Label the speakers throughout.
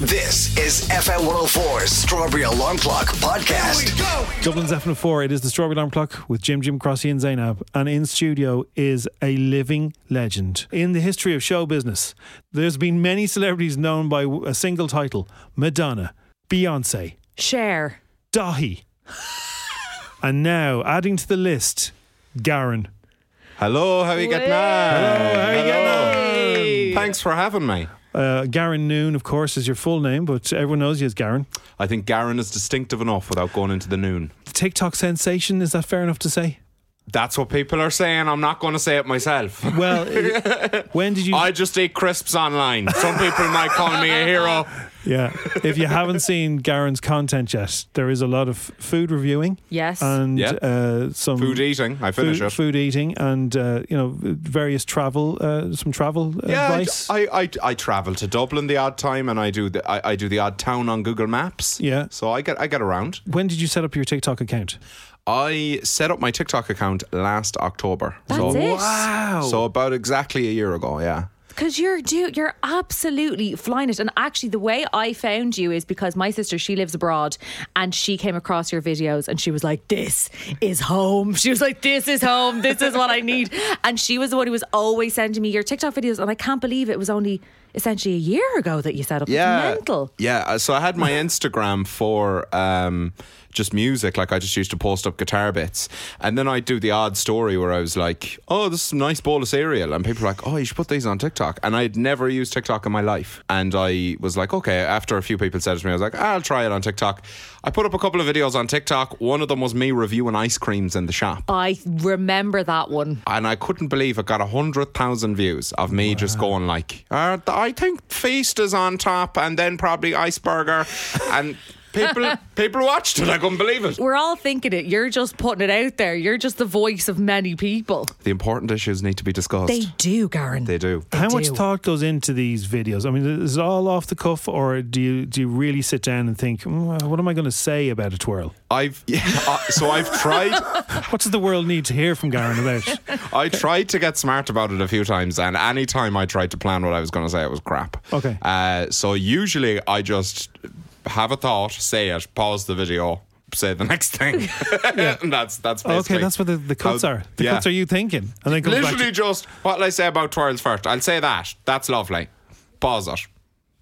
Speaker 1: This is FM 104's Strawberry Alarm Clock Podcast.
Speaker 2: Dublin's F4, oh it is the Strawberry Alarm Clock with Jim, Jim, Crossy, and Zainab. And in studio is a living legend. In the history of show business, there's been many celebrities known by w- a single title Madonna, Beyonce,
Speaker 3: Share.
Speaker 2: Dahi. and now, adding to the list, Garen.
Speaker 4: Hello, how are you getting on?
Speaker 2: Hello, how are you
Speaker 4: getting on? Thanks for having me.
Speaker 2: Uh, Garen Noon, of course, is your full name, but everyone knows you as Garen.
Speaker 4: I think Garen is distinctive enough without going into the noon.
Speaker 2: TikTok sensation, is that fair enough to say?
Speaker 4: That's what people are saying. I'm not going to say it myself.
Speaker 2: Well, i- when did you.
Speaker 4: I just eat crisps online. Some people might call me a hero.
Speaker 2: Yeah. If you haven't seen Garen's content yet, there is a lot of f- food reviewing.
Speaker 3: Yes.
Speaker 2: And
Speaker 4: Yeah.
Speaker 2: uh, some
Speaker 4: Food eating. I finish
Speaker 2: food,
Speaker 4: it.
Speaker 2: food eating and uh, you know various travel, uh, some travel
Speaker 4: Yeah, I-
Speaker 2: advice.
Speaker 4: I, I, I travel to Dublin the odd time, and I do the I, I do the odd town on Google Maps.
Speaker 2: Yeah.
Speaker 4: so I get I get around.
Speaker 2: when did you set up your TikTok account?
Speaker 4: I set up my TikTok account last October.
Speaker 3: That's
Speaker 4: so,
Speaker 3: it.
Speaker 4: So about exactly a year ago. Yeah.
Speaker 3: Because you're do you're absolutely flying it. And actually, the way I found you is because my sister she lives abroad, and she came across your videos, and she was like, "This is home." She was like, "This is home. This is what I need." And she was the one who was always sending me your TikTok videos, and I can't believe it was only essentially a year ago that you set up. It's mental.
Speaker 4: Yeah, uh, so I had my Instagram for um, just music. Like I just used to post up guitar bits, and then I'd do the odd story where I was like, "Oh, this is a nice bowl of cereal," and people were like, "Oh, you should put these on TikTok." And I'd never used TikTok in my life, and I was like, "Okay." After a few people said it to me, I was like, "I'll try it on TikTok." I put up a couple of videos on TikTok. One of them was me reviewing ice creams in the shop.
Speaker 3: I remember that one.
Speaker 4: And I couldn't believe it got 100,000 views of me just going like, uh, th- I think Feast is on top and then probably Iceburger. and people people watched it. I couldn't believe it.
Speaker 3: We're all thinking it. You're just putting it out there. You're just the voice of many people.
Speaker 4: The important issues need to be discussed.
Speaker 3: They do, Garen.
Speaker 4: They do.
Speaker 2: How much
Speaker 3: do.
Speaker 2: thought goes into these videos? I mean, is it all off the cuff, or do you do you really sit down and think, "Mm, what am I going to say about a twirl?
Speaker 4: I've yeah, uh, so I've tried
Speaker 2: What does the world need to hear from Garen about?
Speaker 4: I tried to get smart about it a few times, and any time I tried to plan what I was going to say, it was crap.
Speaker 2: Okay.
Speaker 4: Uh, so usually I just have a thought, say it, pause the video, say the next thing, and that's that's basically
Speaker 2: okay, that's what the, the cuts
Speaker 4: how-
Speaker 2: are. The
Speaker 4: yeah.
Speaker 2: cuts are you thinking, and then it comes back.
Speaker 4: literally
Speaker 2: to-
Speaker 4: just what will I say about twirls first. I'll say that. That's lovely. Pause it.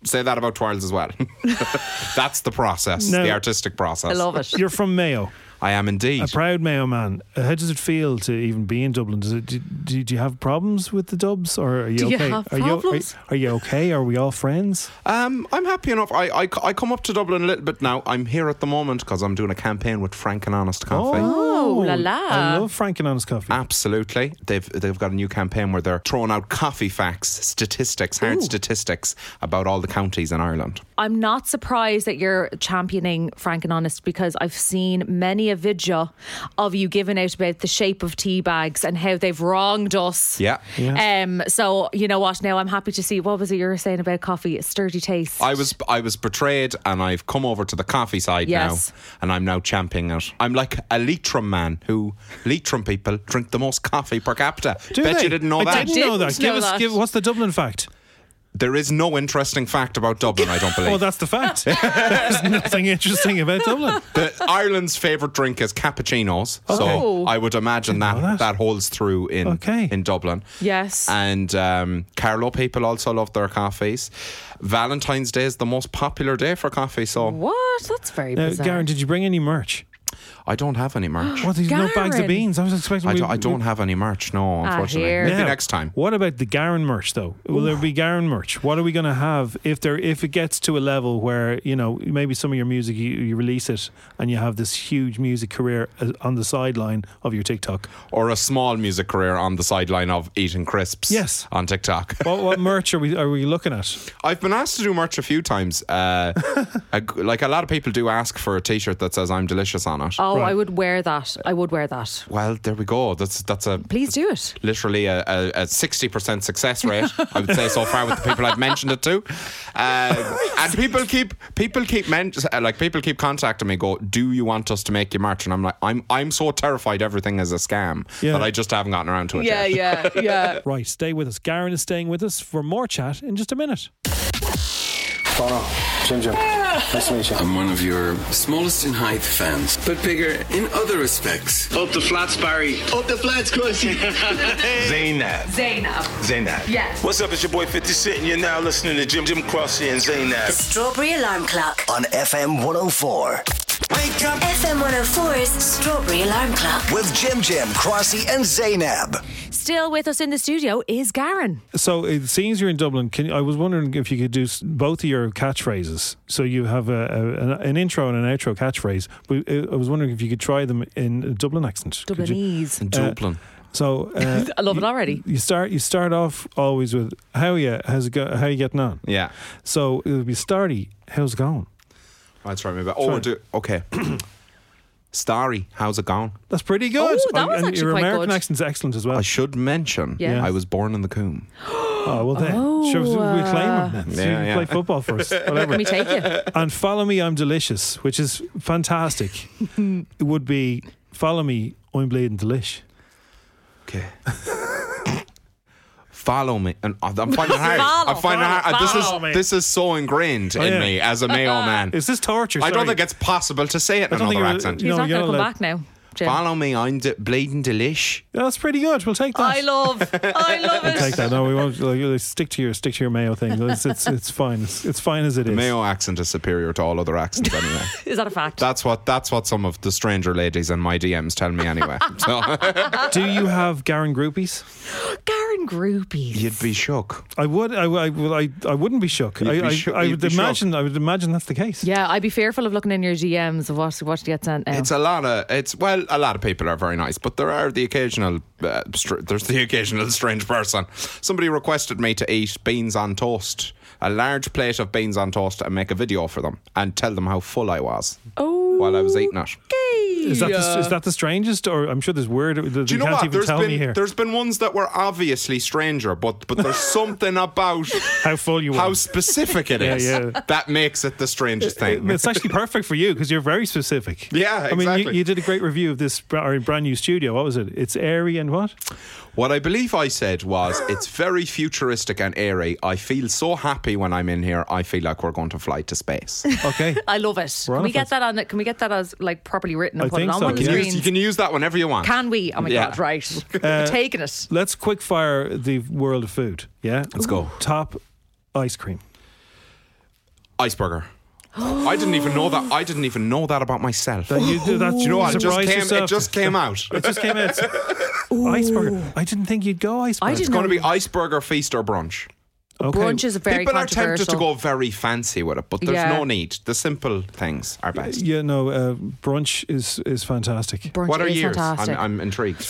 Speaker 4: Say that about twirls as well. that's the process,
Speaker 2: No.
Speaker 4: the artistic process.
Speaker 3: I love it.
Speaker 2: You're from Mayo.
Speaker 4: I am indeed.
Speaker 2: A proud Mayo man. How does it feel to even be in Dublin? Does it, do, do, do you have problems with the Dubs, or are you
Speaker 3: Do you
Speaker 2: okay?
Speaker 3: have
Speaker 2: are, you, are,
Speaker 3: problems?
Speaker 2: are you okay? Are we all friends?
Speaker 4: Um, I'm happy enough. I, I, I come up to Dublin a little bit now. I'm here at the moment because I'm doing a campaign with Frank and Honest Coffee.
Speaker 3: Oh, la la.
Speaker 2: I love Frank and Honest Coffee.
Speaker 4: Absolutely, they've they've got a new campaign where they're throwing out coffee facts, statistics, hard statistics about all the counties in Ireland.
Speaker 3: I'm not surprised that you're championing Frank and Honest because I've seen many a video of you giving out about the shape of tea bags and how they've wronged us.
Speaker 4: Yeah.
Speaker 3: Um. So you know what? Now I'm happy to see. What was it you were saying about coffee? It's sturdy taste.
Speaker 4: I was I was betrayed, and I've come over to the coffee side
Speaker 3: Yes.
Speaker 4: now, and I'm now championing it. I'm like a Leitrim man who Leitrim people drink the most coffee per capita.
Speaker 2: Do
Speaker 4: Bet
Speaker 2: they?
Speaker 4: you didn't know
Speaker 2: I
Speaker 4: that.
Speaker 2: Didn't
Speaker 3: I
Speaker 2: know that.
Speaker 3: didn't
Speaker 2: give
Speaker 3: know
Speaker 2: us,
Speaker 3: that.
Speaker 2: Give, what's the Dublin fact?
Speaker 4: There is no interesting fact about Dublin, I don't believe.
Speaker 2: Well, Oh, that's the fact. There's nothing interesting about Dublin.
Speaker 4: The- Ireland's favourite drink is cappuccinos.
Speaker 3: Oh.
Speaker 4: So I would imagine that,
Speaker 2: know that.
Speaker 4: that holds through in
Speaker 2: Okay.
Speaker 4: in Dublin.
Speaker 3: Yes.
Speaker 4: And um, Carlo people also love their coffees. Valentine's Day is the most popular day for coffee, so
Speaker 3: What? That's very
Speaker 2: Now,
Speaker 3: bizarre.
Speaker 2: Uh, Garen, did you bring any merch?
Speaker 4: I don't have any merch.
Speaker 2: What, these no bags of
Speaker 3: Garen.
Speaker 2: beans? I was expecting.
Speaker 4: I
Speaker 2: we-
Speaker 4: don't, I
Speaker 2: we-
Speaker 4: don't have any merch, no,
Speaker 3: Ah,
Speaker 4: unfortunately.
Speaker 3: here.
Speaker 4: Maybe
Speaker 2: Now,
Speaker 4: next time.
Speaker 2: What about the Garen merch though? Will there be Garen merch? What are we going to have if there if it gets to a level where you know maybe some of your music you, you release it and you have this huge music career uh, on the sideline of your TikTok?
Speaker 4: Or a small music career on the sideline of eating crisps
Speaker 2: Yes.
Speaker 4: on TikTok.
Speaker 2: What, what merch are we are we looking at?
Speaker 4: I've been asked to do merch a few times. Uh, a g- like a lot of people do ask for a T-shirt that says "I'm delicious" on it.
Speaker 3: oh,
Speaker 2: Right.
Speaker 3: I would wear that. I would wear that.
Speaker 4: Well, there we go. That's that's a
Speaker 3: Please do it.
Speaker 4: literally a sixty percent success rate. I would say so far with the people I've mentioned it to, um, and people keep people keep men- uh, like people keep contacting me. Go, do you want us to make you merch? And I'm like, I'm I'm so terrified everything is a scam
Speaker 2: Yeah.
Speaker 4: that I just haven't gotten around to it. yet.
Speaker 3: yeah, yeah.
Speaker 2: Right, stay with us. Garen is staying with us for more chat in just a minute.
Speaker 5: Bono, Jim Jim. Nice to meet you.
Speaker 6: I'm one of your smallest in height fans, but bigger in other respects.
Speaker 7: Up the flats, Barry. Up the flats, Chrissy. Zaynab.
Speaker 8: Zainab.
Speaker 7: Zaynab.
Speaker 8: Yes.
Speaker 7: What's up? It's your boy 50 Cent, and you're now listening to Jim Jim Crossy and Zaynab.
Speaker 8: Strawberry Alarm Clock.
Speaker 1: on FM 104
Speaker 8: FM 104's Strawberry Alarm Clock.
Speaker 1: with Jim Jim, Crossy, and Zainab.
Speaker 3: Still with us in the studio is Garen.
Speaker 2: So it seems you're in Dublin. Can, I was wondering if you could do s- both of your catchphrases. So you have a, a, an, an intro and an outro catchphrase. But uh, I was wondering if you could try them in a Dublin accent. Could you-
Speaker 3: Dublinese.
Speaker 4: Dublin.
Speaker 2: So uh,
Speaker 3: I love it already.
Speaker 2: You start. You start off always with how are you? How's it go? How you getting on?
Speaker 4: yeah.
Speaker 2: So it'll be starty. How's it going?
Speaker 4: That's right, maybe. Oh,
Speaker 2: Sorry.
Speaker 4: do, okay. Starry, how's it going?
Speaker 2: That's pretty good.
Speaker 3: Oh, that
Speaker 2: And-
Speaker 3: was
Speaker 2: and
Speaker 3: actually
Speaker 2: your
Speaker 3: quite
Speaker 2: American
Speaker 3: good.
Speaker 2: accent's excellent as well.
Speaker 4: I should mention
Speaker 3: Yes.
Speaker 4: I was born in the Coombe.
Speaker 2: oh well, then sure, we claim
Speaker 3: uh,
Speaker 2: him. Then. so you
Speaker 4: Yeah,
Speaker 2: can
Speaker 4: yeah.
Speaker 2: play football for us, whatever.
Speaker 3: Can we take it?
Speaker 2: and follow me, I'm delicious, which is fantastic. it would be follow me, I'm bleeding delish.
Speaker 4: Okay. Follow me, and I'm finding it hard. I'm
Speaker 3: Follow,
Speaker 4: finding it hard. This
Speaker 2: follow me.
Speaker 4: is this is so ingrained in
Speaker 2: Oh, yeah.
Speaker 4: me as a Mayo man.
Speaker 2: Is this torture?
Speaker 4: I don't
Speaker 2: Sorry.
Speaker 4: think it's possible to say it in
Speaker 2: don't
Speaker 4: another
Speaker 2: think it-
Speaker 4: accent.
Speaker 2: You
Speaker 3: He's
Speaker 2: know,
Speaker 3: not
Speaker 2: you're
Speaker 3: going to come
Speaker 2: allowed-
Speaker 3: back now, Jim.
Speaker 4: Follow me, I'm de- bleeding delish.
Speaker 2: that's pretty good. We'll take that.
Speaker 3: I love, I love it.
Speaker 2: Take that. No, we won't. like, you Stick to your stick to your mayo thing. It's it's, it's fine. It's, it's fine as it is.
Speaker 4: Mayo accent is superior to all other accents anyway.
Speaker 3: Is that a fact?
Speaker 4: that's what that's what some of the stranger ladies in my DMs tell me anyway. So
Speaker 2: Do you have Garen groupies?
Speaker 3: Garen Groupies.
Speaker 4: you'd be shook.
Speaker 2: I would. I, I, well, I, I wouldn't be shook.
Speaker 4: You'd
Speaker 2: I,
Speaker 4: be
Speaker 2: I,
Speaker 4: shook-
Speaker 2: I
Speaker 4: you'd
Speaker 2: would
Speaker 4: be shook.
Speaker 2: imagine. I would imagine that's the case.
Speaker 3: Yeah, I'd be fearful of looking in your DMs of what what gets sent out.
Speaker 4: It's a lot of it's well, a lot of people are very nice, but there are the occasional uh, str- there's the occasional strange person. Somebody requested me to eat beans on toast, a large plate of beans on toast, and make a video for them and tell them how full I was while I was eating it.
Speaker 2: Oh. Is that the, is that the strangest? Or I'm sure there's weird. that
Speaker 4: Do
Speaker 2: you
Speaker 4: you know
Speaker 2: can't
Speaker 4: what?
Speaker 2: even
Speaker 4: There's
Speaker 2: tell me
Speaker 4: been
Speaker 2: here
Speaker 4: there's been ones that were obviously stranger, but but there's something about
Speaker 2: how full you
Speaker 4: how
Speaker 2: are.
Speaker 4: specific it
Speaker 2: Yeah,
Speaker 4: is
Speaker 2: yeah.
Speaker 4: that makes it the strangest thing.
Speaker 2: It's actually perfect for you because you're very specific.
Speaker 4: Yeah,
Speaker 2: I mean, you,
Speaker 4: exactly.
Speaker 2: you did a great review of this br- our brand new studio. What was it? It's airy and what?
Speaker 4: What I believe I said was, it's very futuristic and airy. I feel so happy when I'm in here. I feel like we're going to fly to space.
Speaker 2: Okay.
Speaker 3: I love it.
Speaker 2: We're on
Speaker 3: Can we
Speaker 2: it,
Speaker 3: get that on? Can we get that as like properly written and
Speaker 2: I
Speaker 3: put it
Speaker 2: think
Speaker 3: on
Speaker 2: so,
Speaker 3: one of the
Speaker 2: yeah.
Speaker 4: You,
Speaker 3: screens?
Speaker 4: you can use that whenever you want.
Speaker 3: Can we? Oh my
Speaker 4: Yeah. Uh,
Speaker 3: god! Right, taking it.
Speaker 2: Let's quick fire the world of food. Yeah. Let's
Speaker 4: go.
Speaker 2: Top ice cream.
Speaker 4: Iceburger. I didn't even know that. I didn't even know that about myself.
Speaker 2: That you do that.
Speaker 4: Do you know what? It just
Speaker 2: surprise
Speaker 4: came.
Speaker 2: yourself.
Speaker 4: It just came out.
Speaker 2: It just came out. Iceberg. I didn't think you'd go iceberg.
Speaker 3: I
Speaker 4: It's
Speaker 3: didn't
Speaker 4: going to
Speaker 3: know.
Speaker 4: be iceburger feast or brunch.
Speaker 2: Okay.
Speaker 3: Brunch is very
Speaker 4: People are
Speaker 3: controversial.
Speaker 4: tempted to go very fancy with it, but there's
Speaker 3: Yeah.
Speaker 4: no need. The simple things are best.
Speaker 2: Yeah, no, uh, brunch is is fantastic.
Speaker 3: Brunch
Speaker 4: What are
Speaker 3: is
Speaker 4: yours?
Speaker 3: fantastic.
Speaker 4: I'm, I'm intrigued.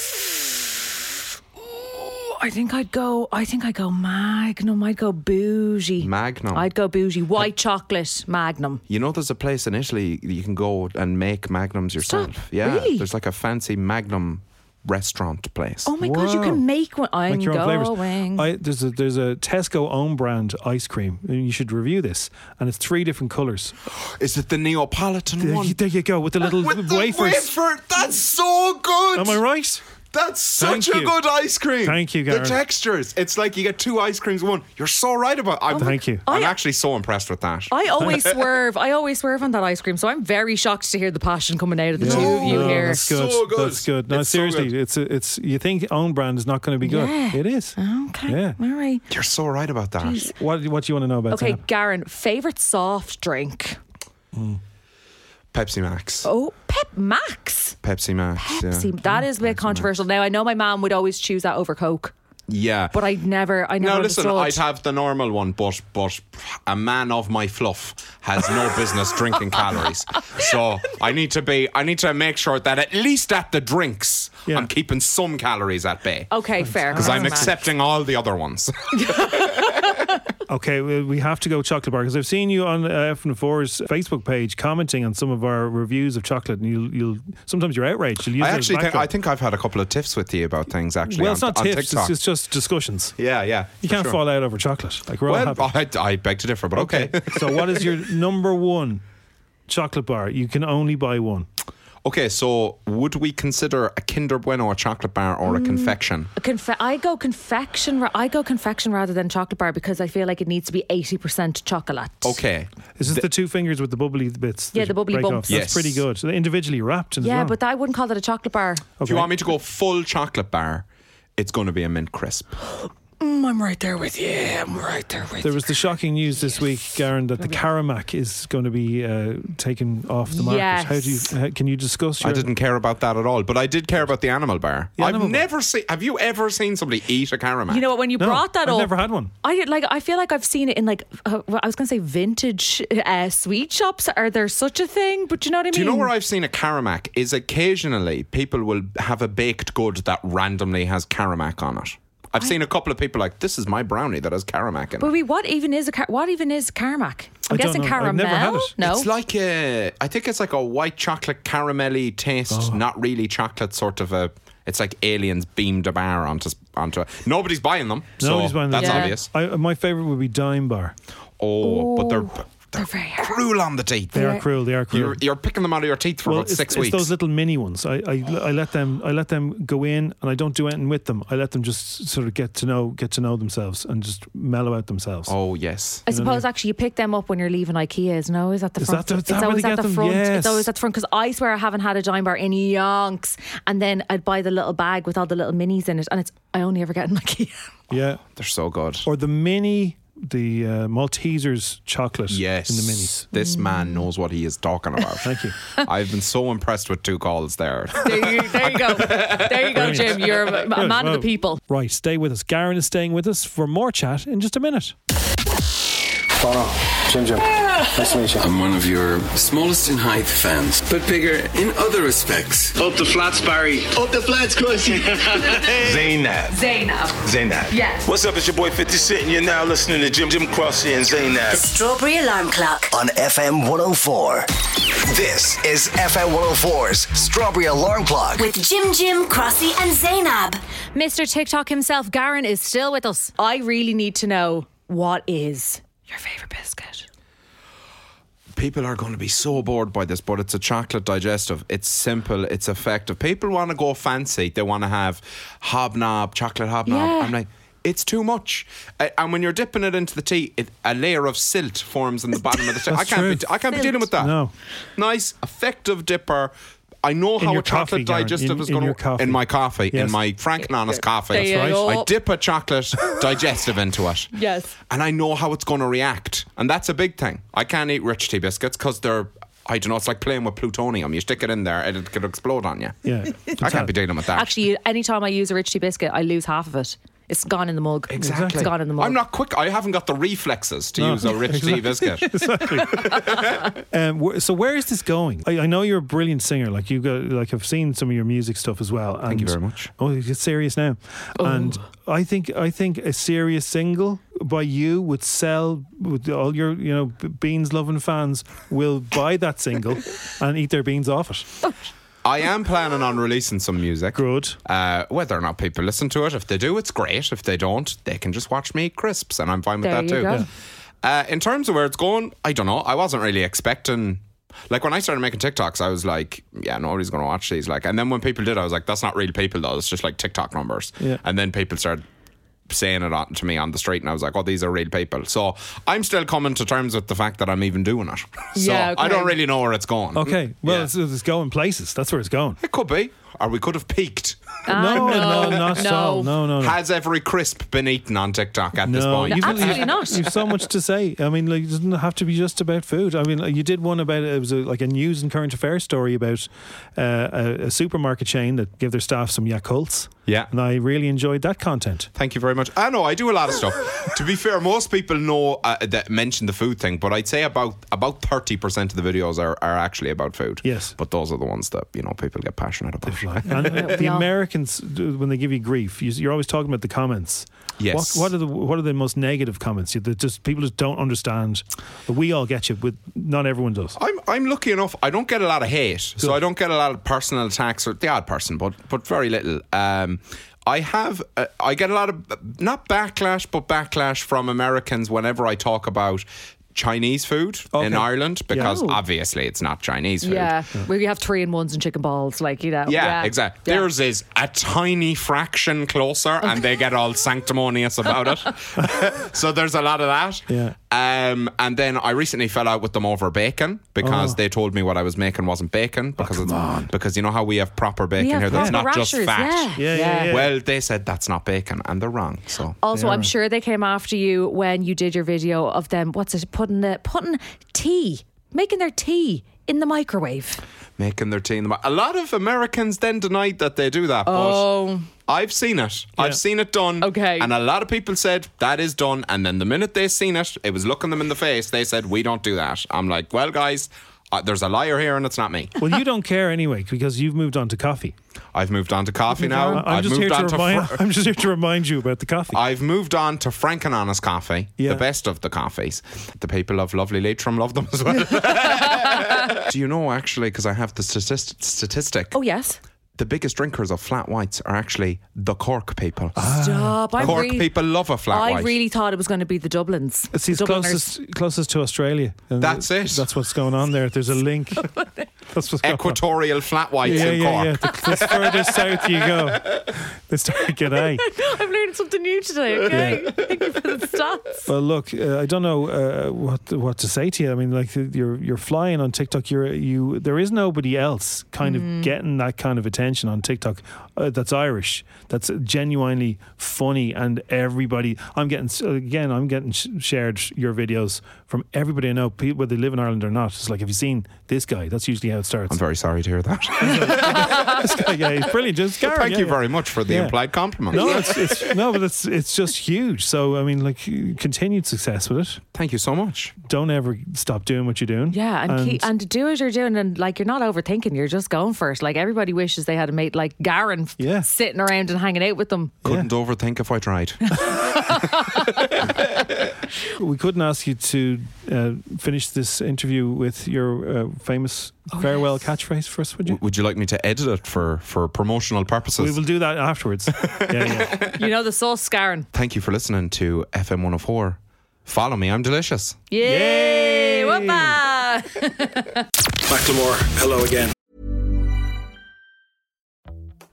Speaker 3: Ooh, I think I'd go. I think I'd go Magnum. I'd go bougie.
Speaker 4: Magnum.
Speaker 3: I'd go bougie. White chocolate Magnum.
Speaker 4: You know, there's a place in Italy that you can go and make magnums yourself. Yeah,
Speaker 3: Really?
Speaker 4: there's like a fancy magnum restaurant place.
Speaker 3: Oh my god! You
Speaker 2: Wow.
Speaker 3: can make one. I'm
Speaker 2: Make your own
Speaker 3: going.
Speaker 2: flavors. I, there's a there's a Tesco own brand ice cream. and You should review this, and it's three different colors.
Speaker 4: Is it the Neapolitan
Speaker 2: There,
Speaker 4: one?
Speaker 2: you- there you go with the little
Speaker 4: With the
Speaker 2: wafers.
Speaker 4: wafer, that's so good.
Speaker 2: Am I right?
Speaker 4: That's such
Speaker 2: Thank
Speaker 4: a
Speaker 2: you.
Speaker 4: good ice cream.
Speaker 2: Thank you,
Speaker 4: The
Speaker 2: Gareth.
Speaker 4: textures. It's like you get two ice creams in one. You're so right about. I'm,
Speaker 2: Thank you.
Speaker 4: I'm actually so impressed with that.
Speaker 3: I always swerve. I always swerve on that ice cream. So I'm very shocked to hear the passion coming out of the two of you
Speaker 2: No,
Speaker 3: here.
Speaker 2: Oh, That's good.
Speaker 4: So good.
Speaker 2: That's good. No,
Speaker 4: It's so
Speaker 2: seriously,
Speaker 4: good.
Speaker 2: it's a, it's. You think own brand is not going to be good?
Speaker 3: Yeah. Oh.
Speaker 2: It is.
Speaker 3: Okay.
Speaker 2: Yeah.
Speaker 3: All right.
Speaker 4: You're so right about that.
Speaker 2: What What do you want to know about?
Speaker 3: Okay,
Speaker 2: Zainab?
Speaker 3: Garen, favorite soft drink?
Speaker 4: Pepsi Max.
Speaker 3: Oh, Pep Max.
Speaker 4: Pepsi Max.
Speaker 3: See,
Speaker 4: Yeah.
Speaker 3: that is a bit controversial. Now I know my mom would always choose that over Coke,
Speaker 4: yeah.
Speaker 3: but I never, I never.
Speaker 4: Now listen,
Speaker 3: understood.
Speaker 4: I'd have the normal one, but but a man of my fluff has no business drinking calories. So I need to be I need to make sure that at least at the drinks
Speaker 2: Yeah.
Speaker 4: I'm keeping some calories at bay.
Speaker 3: Okay, fair.
Speaker 4: Because I'm
Speaker 3: Fair enough.
Speaker 4: accepting all the other ones.
Speaker 2: Okay, we we have to go chocolate bar because I've seen you on uh, FM4's Facebook page commenting on some of our reviews of chocolate, and you'll you'll sometimes you're outraged. You'll use
Speaker 4: I
Speaker 2: it as
Speaker 4: actually think
Speaker 2: backdrop.
Speaker 4: I think I've had a couple of tiffs with you about things actually.
Speaker 2: well,
Speaker 4: on,
Speaker 2: it's not
Speaker 4: on
Speaker 2: tips;
Speaker 4: TikTok.
Speaker 2: it's, it's just discussions.
Speaker 4: yeah, yeah.
Speaker 2: You
Speaker 4: for
Speaker 2: can't
Speaker 4: sure.
Speaker 2: fall out over chocolate. Like we're all
Speaker 4: Well,
Speaker 2: happy.
Speaker 4: I, I beg to differ, but okay. Okay,
Speaker 2: so, what is your number one chocolate bar? You can only buy one.
Speaker 4: so would we consider a Kinder Bueno a chocolate bar or a
Speaker 2: Mm.
Speaker 4: confection?
Speaker 3: A Confe- I go confection. ra- I go confection rather than chocolate bar because I feel like it needs to be eighty percent chocolate.
Speaker 4: Okay.
Speaker 2: Is this the, two fingers with the bubbly bits?
Speaker 3: Yeah,
Speaker 2: that
Speaker 3: the bubbly
Speaker 2: break off?
Speaker 3: bumps.
Speaker 2: That's
Speaker 4: Yes.
Speaker 2: pretty good. So they're individually wrapped. And
Speaker 3: Yeah, but that, I wouldn't call that a chocolate bar.
Speaker 4: If you want me to go full chocolate bar, it's going to be a mint crisp.
Speaker 3: I'm right there with you. I'm right there with
Speaker 2: There was the shocking news this week, Garen, that the Karamak is going to be uh, taken off the market.
Speaker 3: Yes.
Speaker 2: How do you? How, can you discuss? Your,
Speaker 4: I didn't care about that at all, but I did care about the animal bar.
Speaker 2: The animal
Speaker 4: I've
Speaker 2: bar.
Speaker 4: never seen. Have you ever seen somebody eat a caramel?
Speaker 3: You know what? When you
Speaker 2: No,
Speaker 3: brought that
Speaker 2: I've
Speaker 3: up,
Speaker 2: never had one.
Speaker 3: I did like. I feel like I've seen it in like. Uh, well, I was going to say vintage uh, sweet shops. Are there such a thing? But you know what I mean.
Speaker 4: Do you know
Speaker 2: Hmm.
Speaker 4: where I've seen a Karamak? Is occasionally people will have a baked good that randomly has Karamak on it. I've seen a couple of people like, this is my brownie that has Karamak in
Speaker 3: But
Speaker 2: Oh.
Speaker 4: it.
Speaker 3: we, what even is a car- what even is Carmack? I'm
Speaker 2: I don't
Speaker 3: guessing
Speaker 2: know. I've
Speaker 3: caramel.
Speaker 2: never had it.
Speaker 3: No,
Speaker 4: It's like a, I think it's like a white chocolate caramelly
Speaker 2: Oh.
Speaker 4: taste, not really chocolate sort of a. It's like aliens beamed a bar onto onto. Nobody's buying them.
Speaker 2: Nobody's
Speaker 4: so
Speaker 2: buying them.
Speaker 4: That's
Speaker 3: Yeah.
Speaker 4: obvious.
Speaker 2: I, uh, my favorite would be Dime Bar.
Speaker 4: Oh, but they're
Speaker 3: they're very hard.
Speaker 4: cruel on the teeth.
Speaker 2: They are cruel. They are cruel.
Speaker 4: You're, you're picking them out of your teeth for
Speaker 2: well,
Speaker 4: about
Speaker 2: it's,
Speaker 4: six
Speaker 2: it's
Speaker 4: weeks.
Speaker 2: those little mini ones. I, I, I let them I let them go in and I don't do anything with them. I let them just sort of get to know get to know themselves and just mellow out themselves.
Speaker 4: oh yes.
Speaker 3: I suppose actually you pick them up when you're leaving IKEA, isn't it? Always at the
Speaker 2: Is
Speaker 3: front.
Speaker 2: that the- is that
Speaker 3: it's
Speaker 2: where
Speaker 3: always
Speaker 2: they get
Speaker 3: at the
Speaker 2: them?
Speaker 3: front.
Speaker 2: Yes.
Speaker 3: It's always at the front because I swear I haven't had a dime bar in yonks. And then I'd buy the little bag with all the little minis in it, and it's I only ever get in IKEA.
Speaker 2: Yeah.
Speaker 4: They're so good.
Speaker 2: Or the mini the uh, Maltesers chocolate
Speaker 4: Yes.
Speaker 2: in the minis.
Speaker 4: This
Speaker 3: Mm.
Speaker 4: man knows what he is talking about.
Speaker 2: Thank you.
Speaker 4: I've been so impressed with two calls there.
Speaker 3: There you, there you go. There you go, Jim. You're a, a
Speaker 2: Good,
Speaker 3: man of
Speaker 2: wow.
Speaker 3: the people.
Speaker 2: Right, stay with us. Garen is staying with us for more chat in just a minute.
Speaker 5: Bono, Jim Jim. Nice to meet you.
Speaker 6: I'm one of your smallest in height fans, but bigger in other respects.
Speaker 7: Up the flats, Barry. Up the flats, Chrissy.
Speaker 9: Zaynab.
Speaker 8: Zainab.
Speaker 9: Zaynab.
Speaker 8: Yes.
Speaker 9: What's up? It's your boy 50 Cent, and you're now listening to Jim Jim Crossy and
Speaker 8: The
Speaker 9: Zaynab.
Speaker 8: Strawberry Alarm Clock.
Speaker 1: On FM 104. This is FM 104's Strawberry Alarm Clock.
Speaker 8: With Jim Jim, Crossy, and Zainab.
Speaker 3: Mr. TikTok himself, Garen, is still with us. I really need to know what is your favorite biscuit?
Speaker 4: People are going to be so bored by this, but it's a chocolate digestive. It's simple, it's effective. People want to go fancy. They want to have hobnob, chocolate hobnob.
Speaker 3: Yeah.
Speaker 4: I'm like, it's too much. A- And when you're dipping it into the tea, it, a layer of silt forms in the bottom of the tea. I
Speaker 2: That's
Speaker 4: can't, be,
Speaker 2: true.
Speaker 4: I can't be dealing with that.
Speaker 2: No.
Speaker 4: Nice, effective dipper. I know how
Speaker 2: your
Speaker 4: a
Speaker 2: coffee,
Speaker 4: chocolate
Speaker 2: Gareth,
Speaker 4: digestive
Speaker 2: in-
Speaker 4: is
Speaker 2: in
Speaker 4: going
Speaker 2: your
Speaker 4: to
Speaker 2: coffee.
Speaker 4: in my coffee,
Speaker 2: Yes.
Speaker 4: in my frank and honest coffee.
Speaker 3: That's There you right. go.
Speaker 4: I dip a chocolate digestive into it.
Speaker 3: Yes.
Speaker 4: And I know how it's going to react. And that's a big thing. I can't eat rich tea biscuits because they're, I don't know, it's like playing with plutonium. You stick it in there and it could explode on you.
Speaker 2: Yeah.
Speaker 4: I can't be dealing with that.
Speaker 3: Actually, anytime I use a Rich Tea biscuit, I lose half of it. It's gone in the mug.
Speaker 4: Exactly.
Speaker 3: It's gone in the mug.
Speaker 4: I'm not quick. I haven't got the reflexes to
Speaker 2: No.
Speaker 4: use a rich tea biscuit.
Speaker 2: Um, wh- so where is this going? I, I know you're a brilliant singer. Like you got, like I've seen some of your music stuff as well. And, Thank
Speaker 4: you very much.
Speaker 2: Oh, you get serious now.
Speaker 3: Oh.
Speaker 2: And I think I think a serious single by you would sell. Would all your you know beans loving fans will buy that single and eat their beans off
Speaker 3: Oh,
Speaker 2: it.
Speaker 4: I am planning on releasing some music.
Speaker 2: Good.
Speaker 4: Uh, whether or not people listen to it, if they do, it's great. If they don't, they can just watch me eat crisps, and I'm fine with
Speaker 3: There
Speaker 4: that
Speaker 3: you
Speaker 4: too.
Speaker 3: go. Yeah.
Speaker 4: Uh, in terms of where it's going, I don't know. I wasn't really expecting. Like when I started making TikToks, I was like, yeah, nobody's going to watch these. Like, and then when people did, I was like, that's not real people though. It's just like TikTok numbers.
Speaker 2: Yeah.
Speaker 4: And then people started saying it on, to me on the street, and I was like, "Oh, these are real people." So I'm still coming to terms with the fact that I'm even doing it. so
Speaker 2: Yeah, okay.
Speaker 4: I don't really know where it's going.
Speaker 2: Okay, well, it's, it's going places. That's where it's going.
Speaker 4: It could be, or we could have peaked.
Speaker 2: Ah, No, no, no, not at no. all. No, no, no.
Speaker 4: Has every crisp been eaten on TikTok at this point?
Speaker 2: you've- you've- You've so much to say. I mean, like, it doesn't have to be just about food. I mean, like, you did one about it was a, like a news and current affairs story about uh, a, a supermarket chain that give their staff some Yakults.
Speaker 4: Yeah.
Speaker 2: and I really enjoyed that content.
Speaker 4: Thank you very much. I know I do a lot of stuff. to be fair, most people know uh, that mention the food thing, but I'd say about about thirty percent of the videos are, are actually about food. Yes, but those are the ones that you know people get passionate about.
Speaker 2: And uh, the Americans, do- when they give you grief, you- you're always talking about the comments.
Speaker 4: Yes.
Speaker 2: What, what are the what are the most negative comments? You- that just people just don't understand. But we all get you, but not everyone does.
Speaker 4: I'm I'm lucky enough. I don't get a lot of hate, so I don't get a lot of personal attacks or the odd person, but but very little. Um, I have uh, I get a lot of not backlash, but backlash from Americans whenever I talk about. Chinese food in
Speaker 3: Okay.
Speaker 4: Ireland because
Speaker 3: Yeah.
Speaker 4: obviously it's not Chinese food.
Speaker 3: Yeah, where you have three and ones and chicken balls, like you know.
Speaker 4: Yeah, exactly. Theirs is a tiny fraction closer, and they get all sanctimonious about it. so there's a lot of that.
Speaker 2: Yeah.
Speaker 4: Um, and then I recently fell out with them over bacon because they told me what I was making wasn't bacon because it's because you know how we have proper bacon
Speaker 3: have
Speaker 4: here that's
Speaker 3: proper
Speaker 4: not just
Speaker 3: rashers,
Speaker 4: fat.
Speaker 3: yeah. Yeah, yeah, yeah.
Speaker 4: Well, they said that's not bacon, and they're wrong. So
Speaker 3: Also, I'm sure they came after you when you did your video of them. What's it? Putting the putting tea, making their tea in the microwave.
Speaker 4: making their tea in the mo- A lot of Americans then denied that they do that.
Speaker 3: Oh.
Speaker 4: But I've seen it.
Speaker 3: Yeah.
Speaker 4: I've seen it done.
Speaker 3: Okay.
Speaker 4: And a lot of people said that is done. And then the minute they seen it, it was looking them in the face. They said we don't do that. I'm like, well, guys, uh, there's a liar here, and it's not me.
Speaker 2: Well, you don't care anyway because you've moved on to coffee.
Speaker 4: I've moved on to coffee now.
Speaker 2: I'm
Speaker 4: have
Speaker 2: just here
Speaker 4: moved
Speaker 2: to
Speaker 4: on
Speaker 2: remind.
Speaker 4: fr-
Speaker 2: I'm just here to remind you about the coffee.
Speaker 4: I've moved on to Frank and Honest Coffee,
Speaker 2: Yeah.
Speaker 4: the best of the coffees. The people of lovely Leitrim love them as well. Do you know actually? Because I have the statist- statistic.
Speaker 3: Oh yes.
Speaker 4: the biggest drinkers of flat whites are actually the Cork people.
Speaker 2: Ah.
Speaker 3: Stop. I
Speaker 4: Ah. Cork
Speaker 3: really,
Speaker 4: people love a flat
Speaker 3: I
Speaker 4: white.
Speaker 3: really thought it was going to be the Dublins.
Speaker 2: It's his
Speaker 3: Dubliners.
Speaker 2: closest closest to Australia. And
Speaker 4: That's it.
Speaker 2: That's what's going on there. There's a link. That's what's going on.
Speaker 4: Equatorial flat whites
Speaker 2: Yeah,
Speaker 4: in
Speaker 2: yeah,
Speaker 4: Cork.
Speaker 2: yeah. The, the further south you go, they start to get a.
Speaker 3: I've learned something new today. Okay, thank you for the stats.
Speaker 2: Well, look, uh, I don't know uh, what what to say to you. I mean, like you're you're flying on TikTok. You're you. There is nobody else kind of getting that kind of attention on TikTok. Uh, that's Irish. That's genuinely funny, and everybody. I'm getting s- again. I'm getting sh- shared your videos from everybody I know, pe- whether they live in Ireland or not. It's like, have you seen this guy? That's usually how it starts. I'm
Speaker 4: very sorry to hear that.
Speaker 2: this guy, yeah, he's brilliant. Just
Speaker 4: Well,
Speaker 2: Gareth,
Speaker 4: thank
Speaker 2: yeah,
Speaker 4: you
Speaker 2: yeah.
Speaker 4: very much for the
Speaker 2: Yeah.
Speaker 4: implied compliment.
Speaker 2: No, it's, it's no, but it's it's just huge. So I mean, like continued success with it.
Speaker 4: Thank you so much.
Speaker 2: Don't ever stop doing what you're doing.
Speaker 3: Yeah, and keep, and to do as you're doing, and like you're not overthinking. You're just going for it. Like everybody wishes they had a mate like Garen, f- sitting around and hanging out with them.
Speaker 4: Couldn't overthink if I tried.
Speaker 2: we couldn't ask you to uh, finish this interview with your uh, famous
Speaker 3: Oh,
Speaker 2: farewell catchphrase for us, would you?
Speaker 4: Would you like me to edit it for, for promotional
Speaker 2: We
Speaker 4: purposes?
Speaker 2: will do that afterwards.
Speaker 3: You know the sauce, Garen.
Speaker 4: Thank you for listening to FM 104. Follow me, I'm delicious.
Speaker 3: Yay! Whoopah!
Speaker 6: Macklemore, hello again.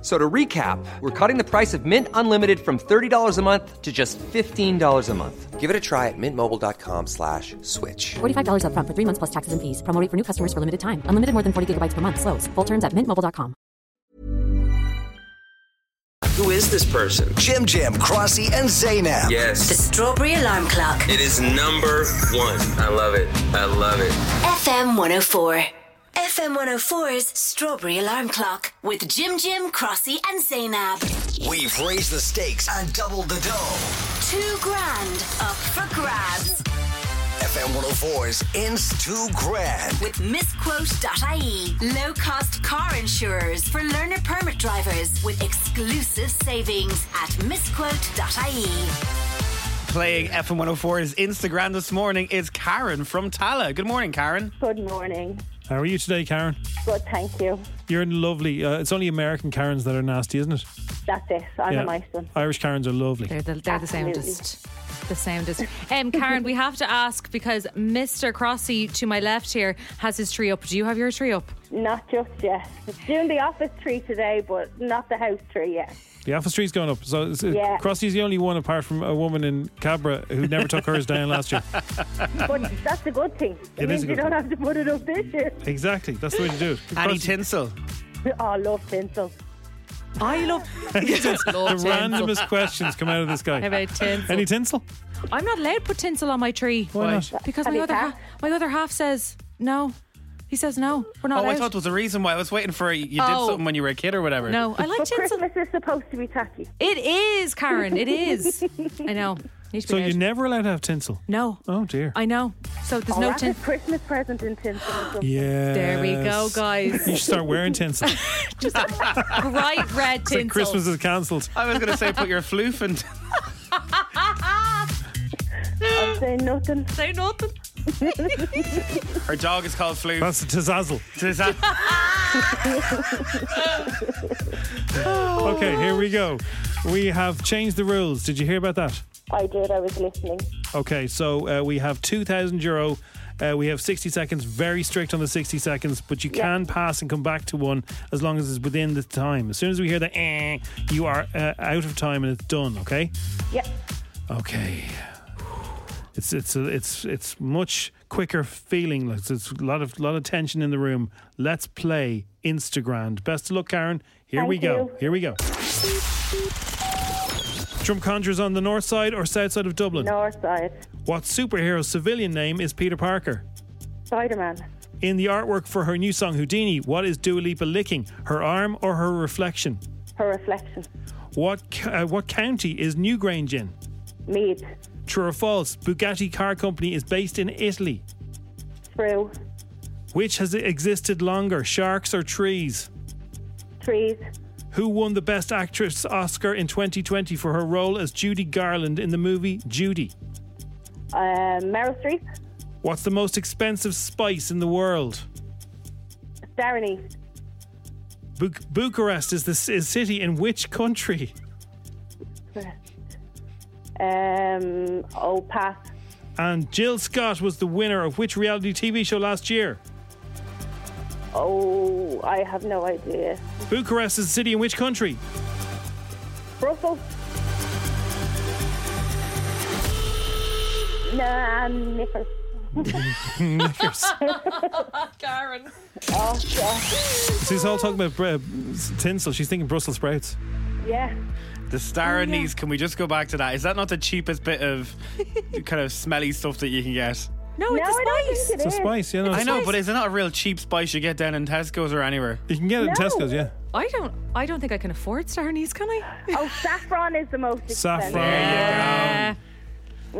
Speaker 10: So to recap, we're cutting the price of Mint Unlimited from $30 a month to just $15 a month. Give it a try at mintmobile.com slash switch.
Speaker 11: $45 upfront for three months plus taxes and fees. Promo rate for new customers for limited time. Unlimited more than 40 gigabytes per month. Slows. Full terms at mintmobile.com.
Speaker 1: Who is this person? Jim Jim, Crossy, and Zaynab.
Speaker 8: The
Speaker 6: Yes.
Speaker 8: Strawberry Alarm Clock.
Speaker 6: It is number one. I love it. I love it.
Speaker 8: FM 104. FM 104's Strawberry Alarm Clock with Jim Jim, Crossy, and Zainab.
Speaker 1: We've raised the stakes and doubled the dough.
Speaker 8: Two grand up for grabs
Speaker 1: FM 104's Ins 2 Grand.
Speaker 8: with misquote.ie. Low cost car insurers for learner permit drivers with exclusive savings at misquote.ie.
Speaker 12: Playing FM104's Instagram this morning is Karen from Tala. Good morning, Karen.
Speaker 13: Good morning.
Speaker 2: How are you today, Karen?
Speaker 13: Good, thank you.
Speaker 2: You're lovely. Uh, it's only American Karens that are nasty, isn't it?
Speaker 13: That's it. I'm
Speaker 2: Yeah.
Speaker 13: a nice one.
Speaker 2: Irish Karens are lovely.
Speaker 3: They're the, they're the soundest. The soundest. Um, Karen, we have to ask because Mr. Crossy to my left here has his tree up. Do you have your tree up?
Speaker 13: Not just yet. Doing the office tree today, but not the house tree yet.
Speaker 2: The Alpha Street's going up. So it's,
Speaker 13: Yeah.
Speaker 2: Crossy's the only one, apart from a woman in Cabra, who never took hers down last year.
Speaker 13: But that's a good thing. It,
Speaker 2: It is
Speaker 13: means
Speaker 2: a
Speaker 13: you
Speaker 2: good
Speaker 13: don't have to put it up this year.
Speaker 2: Exactly. That's the way to do it.
Speaker 12: Annie
Speaker 2: Crossy-
Speaker 12: Tinsel.
Speaker 13: Oh, I love tinsel.
Speaker 12: I love.
Speaker 2: the randomest questions come out of this guy.
Speaker 3: How about tinsel?
Speaker 2: Any tinsel?
Speaker 3: I'm not allowed to put tinsel on my tree.
Speaker 2: Why not?
Speaker 3: Because
Speaker 13: Have
Speaker 3: my
Speaker 13: you
Speaker 3: other,
Speaker 13: half?
Speaker 3: ha- my other half says no. He says no. We're not
Speaker 12: Oh, I
Speaker 3: allowed.
Speaker 12: thought there was a reason why I was waiting for you. You
Speaker 3: Oh.
Speaker 12: did something when you were a kid or whatever.
Speaker 3: no, I like
Speaker 13: But
Speaker 3: tinsel.
Speaker 13: Christmas is supposed to be tacky.
Speaker 3: It is, Karen. It is. I know. Need to
Speaker 2: So
Speaker 3: be allowed.
Speaker 2: you're never allowed to have tinsel.
Speaker 3: No.
Speaker 2: Oh dear.
Speaker 3: I know. So there's
Speaker 13: Oh,
Speaker 3: no
Speaker 13: that's
Speaker 3: tin.
Speaker 13: a Christmas present in tinsel. or something.
Speaker 2: Yeah.
Speaker 3: There we go, guys.
Speaker 2: You should start wearing tinsel. It's
Speaker 3: Bright red tinsel.
Speaker 2: like Christmas is cancelled.
Speaker 12: I was going to say put your floof and
Speaker 13: I'm saying nothing.
Speaker 3: Say nothing.
Speaker 12: her dog is called Floof.
Speaker 2: That's a tazazzle.
Speaker 12: Does that-
Speaker 2: Okay, here we go. We have changed the rules. Did you hear about that?
Speaker 13: I did. I was listening.
Speaker 2: Okay, so uh, we have 2,000 euro. Uh, we have 60 seconds, very strict on the 60 seconds, but you can pass and come back to one as long as it's within the time. As soon as we hear the eh, you are uh, out of time and it's done, okay?
Speaker 13: Yep.
Speaker 2: Okay. It's it's it's it's much quicker feeling. It's, it's a lot of lot of tension in the room. Let's play Instagram. Best of luck, Karen. Here we
Speaker 13: Thank
Speaker 2: go.
Speaker 13: you.
Speaker 2: Here we go. Drum Conjures on the north side or south side of Dublin?
Speaker 13: North side.
Speaker 2: What superhero civilian name is Peter Parker?
Speaker 13: Spider Man.
Speaker 2: In the artwork for her new song Houdini, what is Dua Lipa licking? Her arm or her reflection?
Speaker 13: Her reflection.
Speaker 2: What co- uh, what county is Newgrange in?
Speaker 13: Mead.
Speaker 2: True or false? Bugatti Car Company is based in Italy.
Speaker 13: Through.
Speaker 2: Which has existed longer, sharks or trees?
Speaker 13: Trees.
Speaker 2: Who won the Best Actress Oscar in 2020 for her role as Judy Garland in the movie Judy?
Speaker 13: Um, Meryl Streep.
Speaker 2: What's the most expensive spice in the world?
Speaker 13: Darren East.
Speaker 2: Bu- Bucharest is the c- is city in which country?
Speaker 13: Um, oh, pass.
Speaker 2: And Jill Scott was the winner of which reality TV show last year?
Speaker 13: Oh, I have no idea.
Speaker 2: Bucharest is a city in which country?
Speaker 13: Brussels. Nah, nippers.
Speaker 3: Karen.
Speaker 13: Oh, yeah.
Speaker 2: She's all talking about uh, tinsel. She's thinking Brussels sprouts.
Speaker 13: yeah.
Speaker 12: the star anise. Can we just go back to that? Is that not the cheapest bit of kind of smelly stuff that you can get?
Speaker 3: No,
Speaker 13: No,
Speaker 3: it's
Speaker 13: I don't
Speaker 3: a
Speaker 13: think
Speaker 3: spice.
Speaker 13: it
Speaker 2: It's a
Speaker 13: is.
Speaker 2: spice, you know.
Speaker 12: I know,
Speaker 3: nice.
Speaker 12: but is it not a real cheap spice you get down in Tesco's or anywhere?
Speaker 2: You can get it in
Speaker 13: No.
Speaker 2: Tesco's, yeah.
Speaker 3: I don't. I don't think I can afford star anise. Can
Speaker 2: Um,
Speaker 3: I?
Speaker 13: Oh, saffron is the most expensive.
Speaker 2: Saffron.
Speaker 3: Uh,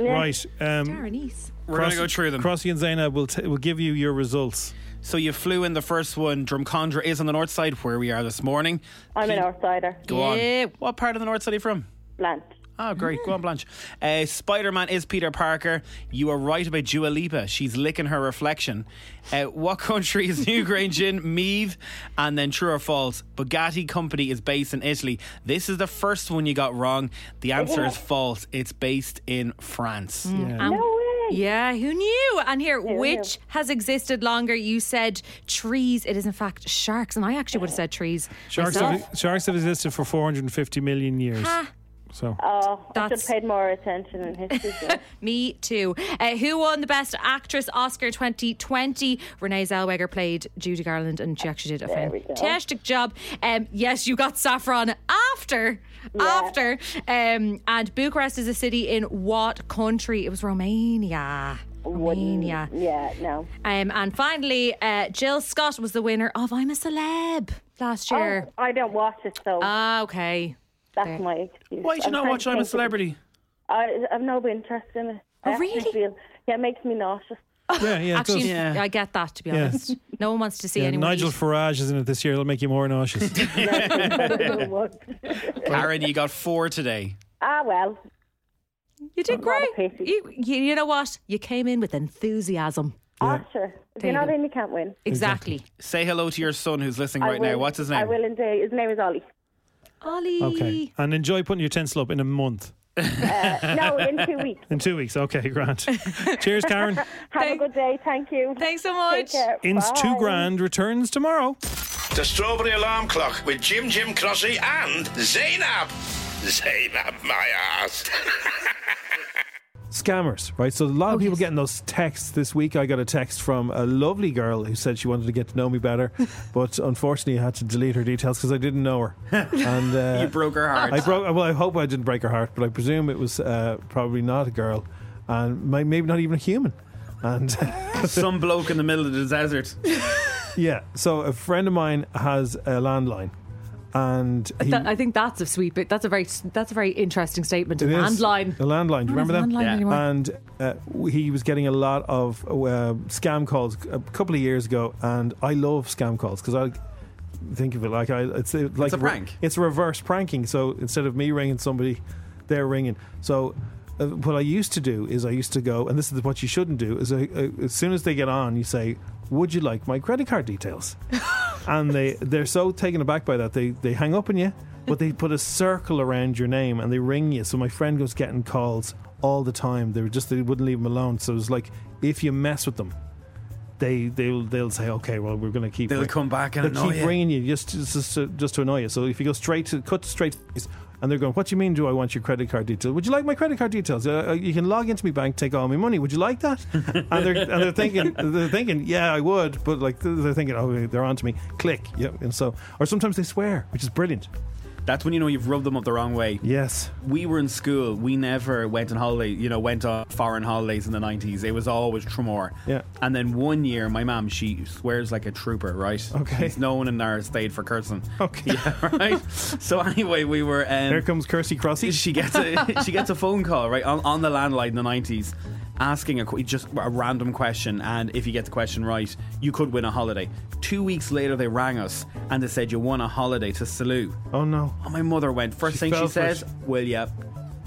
Speaker 13: Yeah.
Speaker 2: Right.
Speaker 3: star
Speaker 2: Um,
Speaker 3: anise.
Speaker 12: We're going to go through them.
Speaker 2: Crossy and Zainab will, t- will give you your results.
Speaker 12: So you flew in the first one. Drumcondra is on the north side, where we are this morning.
Speaker 13: I'm an outsider.
Speaker 12: Go
Speaker 3: Yeah.
Speaker 12: on. What part of the north side are you from?
Speaker 13: Blanche.
Speaker 12: Oh, great. Go on, Blanche. Uh, Spider Man is Peter Parker. You are right about Dua Lipa. She's licking her reflection. Uh, what country is Newgrange in? Meath. And then true or false? Bugatti Company is based in Italy. This is the first one you got wrong. The answer is false. It's based in France.
Speaker 3: And- Um, Yeah, who knew? And here, which has existed longer? You said trees. It is, in fact, sharks. And I actually would have said trees.
Speaker 2: Sharks
Speaker 3: myself.
Speaker 2: have, sharks have existed for 450 million years.
Speaker 3: Ha. Uh,
Speaker 2: So
Speaker 13: Oh, I should
Speaker 3: That's-
Speaker 13: have paid more attention in history. class.
Speaker 3: Me too. Uh, who won the Best Actress Oscar 2020? Renee Zellweger played Judy Garland, and she actually did a fantastic job. Um, yes, you got Saffron after, after. Um, and Bucharest is a city in what country? It was Romania. Romania.
Speaker 13: yeah, no.
Speaker 3: Um, and finally, uh, Jill Scott was the winner of I'm a Celeb last year.
Speaker 13: Oh, I don't watch it, so
Speaker 3: Ah, okay.
Speaker 13: that's my excuse.
Speaker 12: Why do you
Speaker 13: I'm
Speaker 12: not
Speaker 13: trying
Speaker 12: watch
Speaker 13: to
Speaker 12: I'm a
Speaker 13: think of-
Speaker 12: Celebrity?
Speaker 13: I, I've no interest in it.
Speaker 3: Oh,
Speaker 13: I actually
Speaker 3: really?
Speaker 13: feel- yeah, it makes me nauseous.
Speaker 2: yeah, yeah, it does.
Speaker 3: Actually, I get that, to be
Speaker 2: Yeah.
Speaker 3: honest. No one wants to see
Speaker 2: Yeah,
Speaker 3: anyone.
Speaker 2: Nigel
Speaker 3: eat.
Speaker 2: Farage is in it this year. It'll make you more nauseous.
Speaker 12: Karen, you got four today.
Speaker 13: Ah, well.
Speaker 3: You did great. You, you, you know what? You came in with enthusiasm.
Speaker 13: Ah, sure. If
Speaker 3: There you
Speaker 13: you're not
Speaker 3: go.
Speaker 13: in, you can't win.
Speaker 3: Exactly.
Speaker 12: Say hello to your son who's listening
Speaker 13: I
Speaker 12: right now.
Speaker 13: will-
Speaker 12: What's his
Speaker 13: I
Speaker 12: name?
Speaker 13: will indeed. His name is Ollie.
Speaker 3: Ollie.
Speaker 2: Okay. And enjoy putting your tinsel up in a month.
Speaker 13: Uh, No, in two weeks.
Speaker 2: In two weeks. Okay, Grant. Cheers, Karen.
Speaker 13: Have a good day. Thank you.
Speaker 3: Thanks so
Speaker 13: much.
Speaker 2: In's two grand returns tomorrow.
Speaker 9: The Strawberry Alarm Clock with Jim Jim Crossy and Zainab. Zainab, my ass.
Speaker 2: Scammers, right? So a lot of people getting those texts this week. I got a text from a lovely girl who said she wanted to get to know me better, but unfortunately I had to delete her details because I didn't know her. And uh,
Speaker 12: You broke her heart.
Speaker 2: I broke. Well, I hope I didn't break her heart, but I presume it was uh, probably not a girl, and may, maybe not even a human. And
Speaker 12: Some bloke in the middle of the desert.
Speaker 2: yeah, so a friend of mine has a landline, and he,
Speaker 3: That- I think that's a sweet bit. That's a very that's a very interesting statement.
Speaker 2: It is.
Speaker 3: Landline.
Speaker 2: The landline. Do you
Speaker 3: What
Speaker 2: remember
Speaker 3: is
Speaker 2: them?
Speaker 3: landline Yeah. anymore?
Speaker 2: And uh, w- he was getting a lot of uh, scam calls a couple of years ago, and I love scam calls because I think of it like I it's uh, like
Speaker 12: a prank.
Speaker 2: it's reverse pranking. So instead of me ringing somebody, they're ringing. So. Uh, what I used to do is I used to go, and this is what you shouldn't do: is uh, uh, as soon as they get on, you say, "Would you like my credit card details?" and they they're so taken aback by that they they hang up on you but they put a circle around your name and they ring you so my friend was getting calls all the time they were just they wouldn't leave him alone so it was like if you mess with them they they'll they'll say okay well we're going to keep
Speaker 12: They'll
Speaker 2: ring-
Speaker 12: come back and
Speaker 2: they'll
Speaker 12: annoy
Speaker 2: keep
Speaker 12: you.
Speaker 2: ringing you just just to, just to annoy you so if you go straight to cut straight to the chase, and they're going what do you mean do I want your credit card details would you like my credit card details uh, uh, you can log into my bank take all my money would you like that and they're and they're thinking they're thinking yeah I would but like they're they're thinking oh they're on to me click yep and so or sometimes they swear which is brilliant
Speaker 12: That's when you know you've rubbed them up the wrong way.
Speaker 2: yes
Speaker 12: We were in school. We never went on holiday. You know, went on foreign holidays in the nineties. It was always Tremor.
Speaker 2: Yeah.
Speaker 12: And then one year, my mum she swears like a trooper, right?
Speaker 2: Okay.
Speaker 12: It's known in our state for cursing.
Speaker 2: Okay.
Speaker 12: Yeah. Right. so anyway, we were. Um,
Speaker 2: here comes Kirsty Crossy
Speaker 12: she gets a she gets a phone call right on, on the landline in the nineties, asking a qu- just a random question, and if you get the question right, you could win a holiday. Two weeks later, they rang us and they said you won a holiday to Salou.
Speaker 2: oh no
Speaker 12: And my mother went first
Speaker 2: She
Speaker 12: thing she
Speaker 2: fell for
Speaker 12: says,
Speaker 2: it.
Speaker 12: "Will you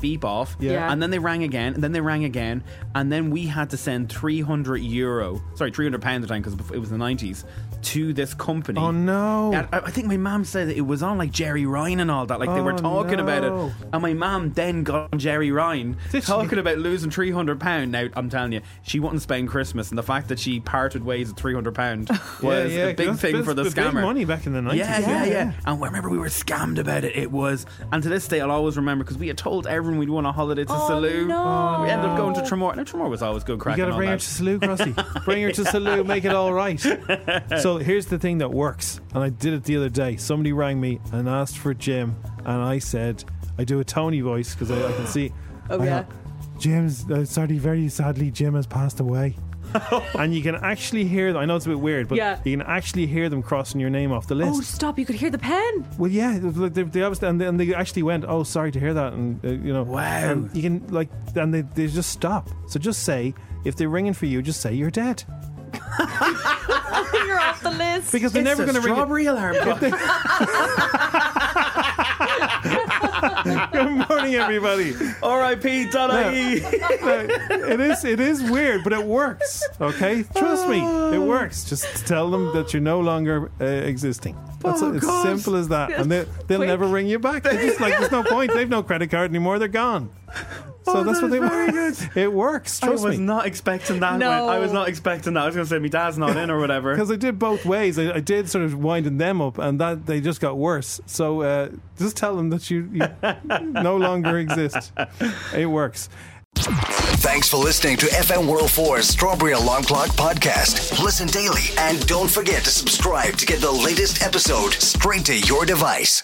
Speaker 12: beep off?"
Speaker 2: Yeah. Yeah.
Speaker 12: And then they rang again, and then they rang again, and then we had to send three hundred euro, sorry, three hundred pounds at the time because it was the nineties, to this company.
Speaker 2: oh no
Speaker 12: And I I think my mom said that it was on like Jerry Ryan and all that. Like they were
Speaker 2: Oh,
Speaker 12: talking about
Speaker 2: no.
Speaker 12: it, and my mom then got on Jerry Ryan
Speaker 2: Did she?
Speaker 12: talking about losing three hundred pound. Now I'm telling you, she wouldn't spend Christmas, and the fact that she parted ways at three hundred pound was a big
Speaker 2: that's-
Speaker 12: thing
Speaker 2: that's
Speaker 12: for the,
Speaker 2: big
Speaker 12: scammer.
Speaker 2: money back in the 90s
Speaker 12: Yeah, yeah, yeah. And I remember we were scammed about it. It was, and to this day, I'll always remember because we had told everyone we'd won a holiday to
Speaker 3: Oh,
Speaker 12: Salou.
Speaker 3: no.
Speaker 12: We ended up going to Tremor. No, Tremor was always good crack.
Speaker 2: You got
Speaker 12: and
Speaker 2: to
Speaker 12: all
Speaker 2: bring her
Speaker 12: that.
Speaker 2: to Salou, Crossy. bring her to Salou, make it all right. So here's the thing that works, and I did it the other day. Somebody rang me and asked for Jim, and I said, I do a Tony voice because I, I can see. Oh,
Speaker 3: yeah.
Speaker 2: Jim's, uh, sorry, very sadly, Jim has passed away. and you can actually hear them. I know it's a bit weird, but
Speaker 3: Yeah.
Speaker 2: you can actually hear them crossing your name off the list.
Speaker 3: Oh, stop! You could hear the pen.
Speaker 2: Well, yeah, they, they, they obviously and, they- and they actually went, "Oh, sorry to hear that," and uh, you know, wow, and you can like, and they, they just stop. So just say if they're ringing for you, just say you're dead
Speaker 3: You're off the list.
Speaker 2: because they're never going to ring.
Speaker 12: strawberry alarm. clock.
Speaker 2: Good morning, everybody.
Speaker 12: R.I.P. Donna E.
Speaker 2: It is it is weird, but it works. Okay, trust me, it
Speaker 12: Oh.
Speaker 2: works. Just tell them that you're no longer uh, existing. That's
Speaker 12: Oh,
Speaker 2: it's
Speaker 12: gosh.
Speaker 2: simple as that, and they, they'll
Speaker 12: Quick.
Speaker 2: never ring you back. They're just like, there's no point. They've no credit card anymore. They're gone.
Speaker 12: Oh,
Speaker 2: So that's what they want. It works.
Speaker 12: I
Speaker 2: Trust
Speaker 12: was
Speaker 2: me.
Speaker 12: not expecting that.
Speaker 2: No.
Speaker 12: one. I was not expecting that. I was going to say my dad's not in or whatever.
Speaker 2: Because I did both ways. I, I did sort of winding them up, and that they just got worse. So uh, just tell them that you, you no longer exist. It works.
Speaker 1: Thanks for listening to FM 104's Strawberry Alarm Clock podcast. Listen daily and don't forget to subscribe to get the latest episode straight to your device.